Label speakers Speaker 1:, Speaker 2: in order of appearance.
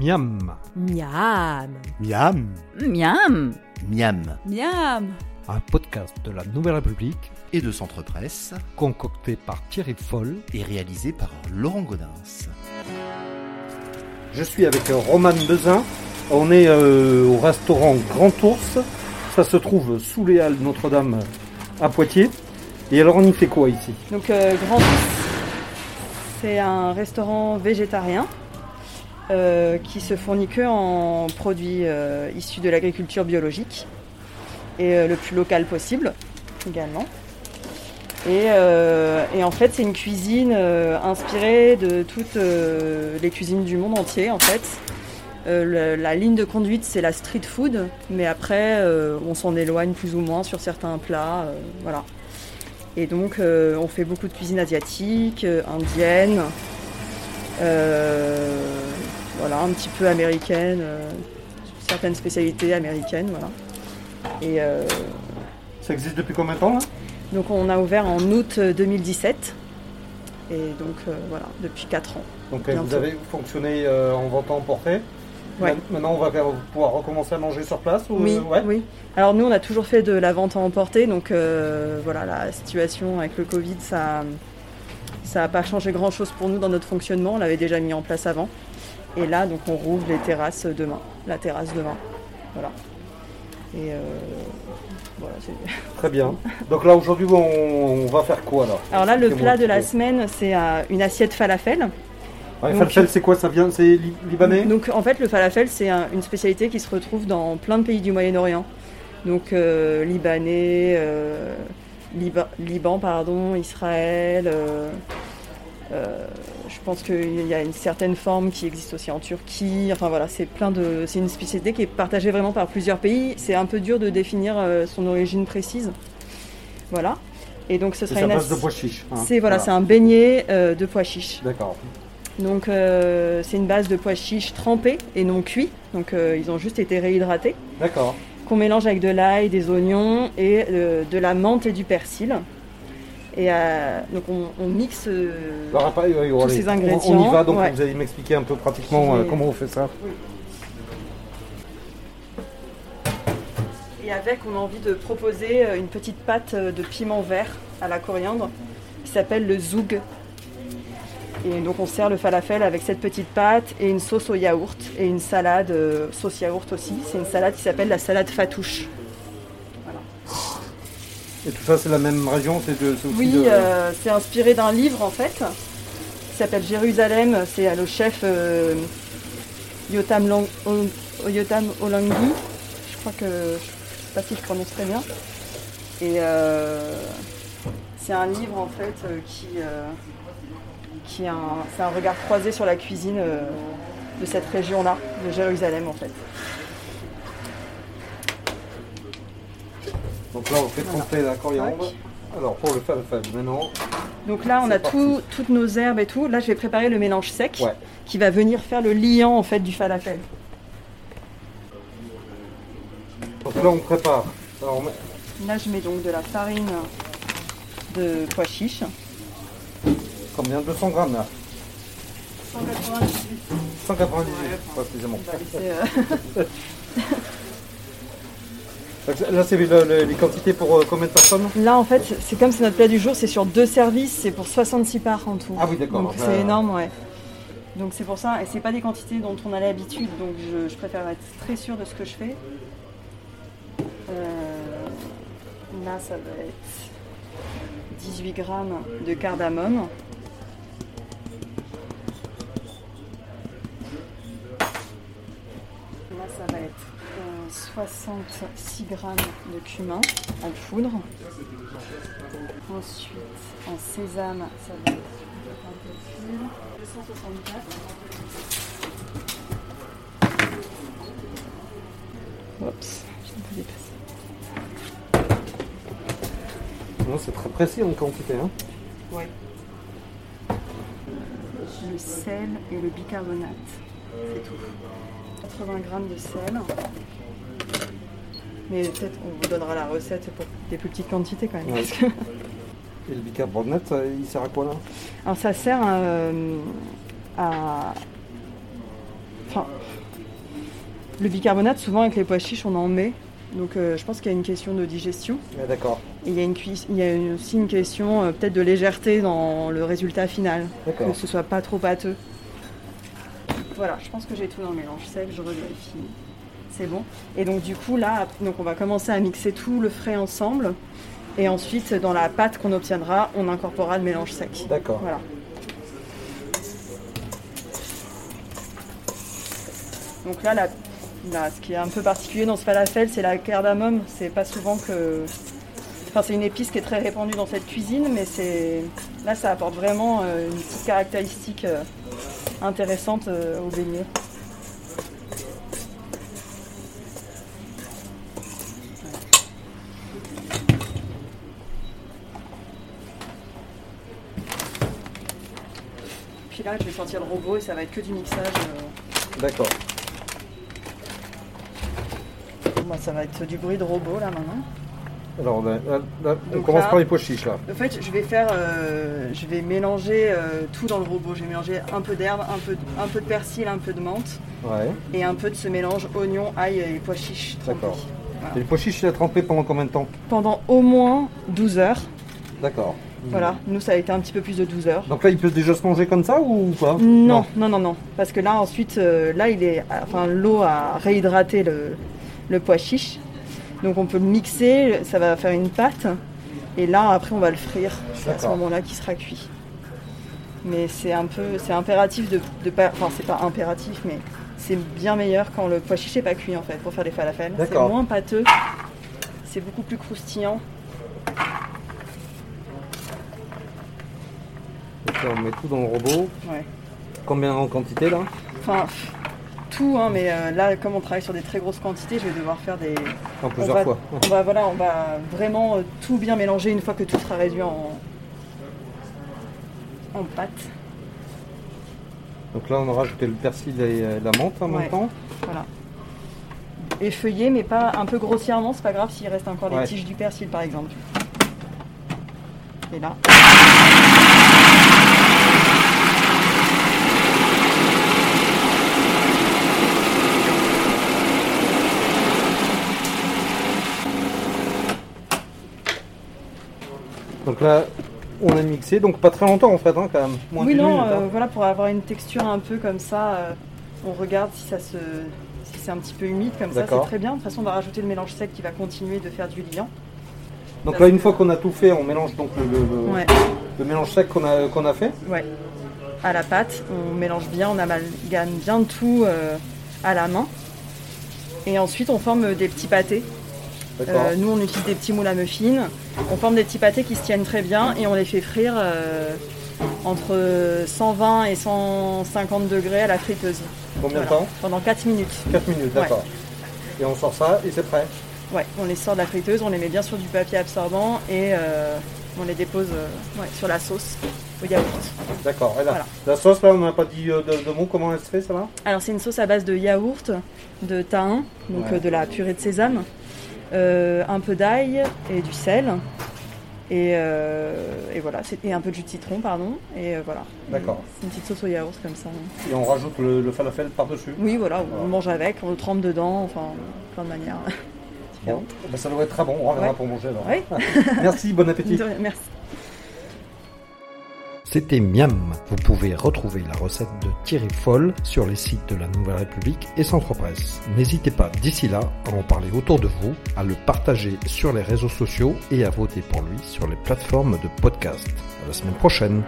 Speaker 1: Miam.
Speaker 2: Miam.
Speaker 3: Miam.
Speaker 4: Miam.
Speaker 5: Miam
Speaker 4: Miam.
Speaker 1: Un podcast de la Nouvelle République
Speaker 5: et de Centre Presse
Speaker 1: concocté par Thierry Foll.
Speaker 5: est réalisé par Laurent Godin.
Speaker 1: Je suis avec euh, Roman Bezin. On est euh, au restaurant Grand Ours. Ça se trouve sous les Halles Notre-Dame euh, à Poitiers. Et alors on y fait quoi ici
Speaker 6: Donc euh, Grand Ours, c'est un restaurant végétarien euh, qui se fournit que en produits euh, issus de l'agriculture biologique et euh, le plus local possible également. Et, euh, et en fait, c'est une cuisine euh, inspirée de toutes euh, les cuisines du monde entier. En fait, Euh, le- la ligne de conduite, c'est la street food, mais après, euh, on s'en éloigne plus ou moins sur certains plats. euh, voilà. Et donc, euh, on fait beaucoup de cuisine asiatique, euh, indienne, euh, voilà, un petit peu américaine, euh, certaines spécialités américaines, voilà. Et euh,
Speaker 1: Ça existe depuis combien de temps là
Speaker 6: donc, on a ouvert en août 2017. Et donc, euh, voilà, depuis 4 ans.
Speaker 1: Donc
Speaker 6: euh,
Speaker 1: vous
Speaker 6: Bientôt.
Speaker 1: avez fonctionné euh, en vendant emporté.
Speaker 6: Ouais.
Speaker 1: Maintenant on va pouvoir recommencer à manger sur place euh,
Speaker 6: Oui, oui. Alors nous, on a toujours fait de la vente à emporter, donc euh, voilà, la situation avec le Covid, ça ça n'a pas changé grand-chose pour nous dans notre fonctionnement. On l'avait déjà mis en place avant. Et là, donc on rouvre les terrasses demain, la terrasse demain, voilà. Et euh, voilà, c'est
Speaker 1: Très bien. Donc là aujourd'hui on, on va faire quoi là
Speaker 6: Alors là, le
Speaker 1: Expliquez-moi un
Speaker 6: plat de
Speaker 1: petit peu.
Speaker 6: la semaine, c'est euh, une assiette falafel.
Speaker 1: Ouais,
Speaker 6: donc-
Speaker 1: falafel, c'est quoi ça vient C'est li- libanais
Speaker 6: Donc en fait, le falafel, c'est un- une spécialité qui se retrouve dans plein de pays du Moyen-Orient. Donc euh, libanais, euh, Liba- Liban, pardon, Israël. euh, euh, je pense qu'il y a une certaine forme qui existe aussi en Turquie. Enfin voilà, c'est plein de, c'est une spécialité qui est partagée vraiment par plusieurs pays. C'est un peu dur de définir euh, son origine précise. Voilà. Et donc ce
Speaker 1: C'est
Speaker 6: sera
Speaker 1: à
Speaker 6: une.
Speaker 1: base de
Speaker 6: assi-
Speaker 1: pois chiches. hein.
Speaker 6: c'est voilà, c'est un beignet euh, de pois chiches.
Speaker 1: D'accord.
Speaker 6: Donc euh, c'est une base de pois chiches trempés et non cuits, donc euh, ils ont juste été réhydratés,
Speaker 1: D'accord.
Speaker 6: qu'on mélange avec de l'ail, des oignons et euh, de la menthe et du persil. Et euh, donc on, on mixe. euh,
Speaker 1: Alors, Bah, après, oui, allez,
Speaker 6: ces
Speaker 1: on- On, y
Speaker 6: ingrédients,
Speaker 1: va, donc
Speaker 6: ouais.
Speaker 1: vous allez m'expliquer un peu pratiquement euh,
Speaker 6: Oui.
Speaker 1: comment on fait ça.
Speaker 6: Et avec, on a envie de proposer euh, une petite pâte euh, de piment vert à la coriandre qui s'appelle le zoug. Et donc on sert le falafel avec cette petite pâte et une sauce au yaourt et une salade, euh, sauce yaourt aussi. C'est une salade qui s'appelle la salade fatouche.
Speaker 1: Et tout ça, c'est la même région C'est de- c'est aussi
Speaker 6: Oui,
Speaker 1: de-
Speaker 6: euh, c'est inspiré d'un livre en fait, qui s'appelle Jérusalem. C'est euh, le chef euh, Yotam, Lang- O- Yotam Olangi. Je crois que. Je sais pas si je prononce très bien. Et euh, c'est un livre en fait euh, qui. euh, qui a un, c'est un regard croisé sur la cuisine euh, de cette région-là, de Jérusalem en fait.
Speaker 1: Donc là, on fait tremper la coriandre.
Speaker 6: Tac.
Speaker 1: Alors pour le falafel, maintenant,
Speaker 6: Donc là, on
Speaker 1: C'est
Speaker 6: a
Speaker 1: parti.
Speaker 6: tout- toutes nos herbes et tout. Là, je vais préparer le mélange sec
Speaker 1: Ouais.
Speaker 6: qui va venir faire le liant en fait du falafel.
Speaker 1: donc là, on prépare. Alors, on met-
Speaker 6: Là, je mets donc de la farine de pois chiche.
Speaker 1: combien 200 grammes là
Speaker 6: 198.
Speaker 1: 198.
Speaker 6: Ouais.
Speaker 1: Précisément.
Speaker 6: On va laisser, euh,
Speaker 1: Donc, Là, c'est le- le- les quantités pour euh, combien de personnes
Speaker 6: Là, en fait, c'est comme c'est notre plat du jour, c'est sur deux services, c'est pour 66 parts en tout.
Speaker 1: Ah oui, d'accord.
Speaker 6: Donc
Speaker 1: Donc,
Speaker 6: c'est
Speaker 1: euh,
Speaker 6: énorme, ouais. Donc c'est pour ça, et c'est pas des quantités dont on a l'habitude, donc je, je préfère être très sûre de ce que je fais. Euh, là, ça va être 18 grammes de cardamome. Là, ça va être euh, 66 grammes de cumin en poudre. Ensuite, en sésame, ça va être un peu plus. 264. Oups, j'ai un peu dépassé.
Speaker 1: Non, C'est très précis en quantité. hein.
Speaker 6: le sel et le bicarbonate. C'est tout. 80 grammes de sel. Mais peut-être on vous donnera la recette pour des plus petites quantités quand même.
Speaker 1: Ouais.
Speaker 6: parce que-
Speaker 1: Et le bicarbonate, ça, il sert à quoi là
Speaker 6: Alors ça sert euh, à... Enfin, Enfin, le bicarbonate, souvent avec les pois chiches, on en met. Donc euh, je pense qu'il y a une question de digestion.
Speaker 1: Ah, D'accord.
Speaker 6: Et il y a, une cuisse- il y a une- aussi une question euh, peut-être de légèreté dans le résultat final.
Speaker 1: D'accord.
Speaker 6: Que ce soit pas trop pâteux. Voilà, je pense que j'ai tout dans le mélange sec, je revérifie. C'est bon. Et donc du coup là, donc on va commencer à mixer tout le frais ensemble. Et ensuite, dans la pâte qu'on obtiendra, on incorporera le mélange sec.
Speaker 1: D'accord.
Speaker 6: Voilà. Donc là, la- la- ce qui est un peu particulier dans ce falafel, c'est la cardamome. C'est pas souvent que. Enfin, c'est une épice qui est très répandue dans cette cuisine, mais c'est là, ça apporte vraiment euh, une petite caractéristique euh, intéressante euh, au beignet. Puis là, je vais sortir le robot et ça va être que du mixage. euh,
Speaker 1: D'accord.
Speaker 6: Bon, ça va être du bruit de robot là maintenant.
Speaker 1: Alors, là, là, là, on
Speaker 6: Donc
Speaker 1: commence
Speaker 6: là-
Speaker 1: par les pois chiches là.
Speaker 6: En fait, je vais faire, euh, je vais mélanger euh, tout dans le robot. Je vais mélanger un peu d'herbe, un peu, un peu de persil, un peu de menthe
Speaker 1: Ouais.
Speaker 6: et un peu de ce mélange oignon, ail et pois chiches trempés.
Speaker 1: D'accord. Et les pois chiches, il a trempé pendant combien de temps
Speaker 6: Pendant au moins 12 heures.
Speaker 1: D'accord.
Speaker 6: Voilà, nous ça a été un petit peu plus de 12 heures.
Speaker 1: Donc là, il peut déjà se manger comme ça ou pas
Speaker 6: Non, non, non, non. Parce que là, ensuite, euh, là, il est, enfin, l'eau a réhydraté le, le pois chiche. Donc, on peut le mixer, ça va faire une pâte. Et là, après, on va le frire. C'est à ce
Speaker 1: D'accord.
Speaker 6: moment-là qu'il sera cuit. Mais c'est un peu, c'est impératif de, de pas, enfin, c'est pas impératif, mais c'est bien meilleur quand le pois chiche n'est pas cuit, en fait, pour faire des falafels. C'est
Speaker 1: D'accord.
Speaker 6: moins pâteux, c'est beaucoup plus croustillant.
Speaker 1: Ok, on met tout dans le robot.
Speaker 6: Ouais.
Speaker 1: Combien en quantité là
Speaker 6: Enfin, pff, tout, hein, mais euh, là, comme on travaille sur des très grosses quantités, je vais devoir faire des,
Speaker 1: En
Speaker 6: On
Speaker 1: plusieurs
Speaker 6: va,
Speaker 1: fois.
Speaker 6: on va- voilà, on va vraiment euh, tout bien mélanger une fois que tout sera réduit en, en pâte.
Speaker 1: Donc là, on a rajouté le persil et euh, la menthe en
Speaker 6: Ouais.
Speaker 1: même temps.
Speaker 6: Voilà. Effeuillé, mais pas un peu grossièrement, c'est pas grave s'il reste encore
Speaker 1: Ouais.
Speaker 6: les tiges du persil par exemple. Et là.
Speaker 1: Donc là, on a mixé. Donc pas très longtemps en fait, hein, quand même. Moins
Speaker 6: oui,
Speaker 1: d'une
Speaker 6: non,
Speaker 1: minute,
Speaker 6: euh,
Speaker 1: hein.
Speaker 6: voilà, pour avoir une texture un peu comme ça, euh, on regarde si ça se. Si c'est un petit peu humide comme ça, c'est
Speaker 1: D'accord.
Speaker 6: très bien. De toute façon, on va rajouter le mélange sec qui va continuer de faire du liant.
Speaker 1: Donc là, une fois qu'on a tout fait, on mélange donc le, le- le-
Speaker 6: euh, Ouais.
Speaker 1: le mélange sec qu'on a, qu'on a fait.
Speaker 6: Ouais. À la pâte, on mélange bien, on amalgame bien tout euh, à la main. Et ensuite, on forme des petits pâtés.
Speaker 1: D'accord.
Speaker 6: Euh, nous, on utilise des petits moules à muffins. On forme des petits pâtés qui se tiennent très bien et on les fait frire euh, entre 120 et 150 degrés à la friteuse.
Speaker 1: Combien de
Speaker 6: Voilà.
Speaker 1: temps
Speaker 6: Pendant 4 minutes.
Speaker 1: 4 minutes,
Speaker 6: Ouais.
Speaker 1: d'accord. Et on sort ça et c'est prêt.
Speaker 6: Ouais, on les sort de la friteuse, on les met bien sur du papier absorbant et euh, on les dépose euh, ouais, sur la sauce au yaourt.
Speaker 1: D'accord. Et la,
Speaker 6: Voilà.
Speaker 1: la sauce là, on n'a pas dit euh, de, de mots. Comment elle se fait, ça va
Speaker 6: Alors c'est une sauce à base de yaourt, de tahin, donc
Speaker 1: Ouais.
Speaker 6: euh, de la purée de sésame, euh, un peu d'ail et du sel. Et, euh, et voilà, c'est- et un peu de jus de citron, pardon. Et euh, voilà.
Speaker 1: D'accord.
Speaker 6: C'est une petite sauce au yaourt comme ça.
Speaker 1: Et on rajoute le, le falafel par-dessus.
Speaker 6: Oui, voilà, on
Speaker 1: Voilà.
Speaker 6: le mange avec, on le trempe dedans, enfin, plein de manières.
Speaker 1: Bon. Eh ben, ça doit être très bon. On reviendra
Speaker 6: Ouais.
Speaker 1: pour manger alors.
Speaker 6: Ouais.
Speaker 1: Merci, bon appétit.
Speaker 6: De rien, Merci.
Speaker 2: C'était Miam. Vous pouvez retrouver la recette de Thierry Foll sur les sites de la Nouvelle République et Centre Presse. N'hésitez pas d'ici là à en parler autour de vous, à le partager sur les réseaux sociaux et à voter pour lui sur les plateformes de podcast. À la semaine prochaine.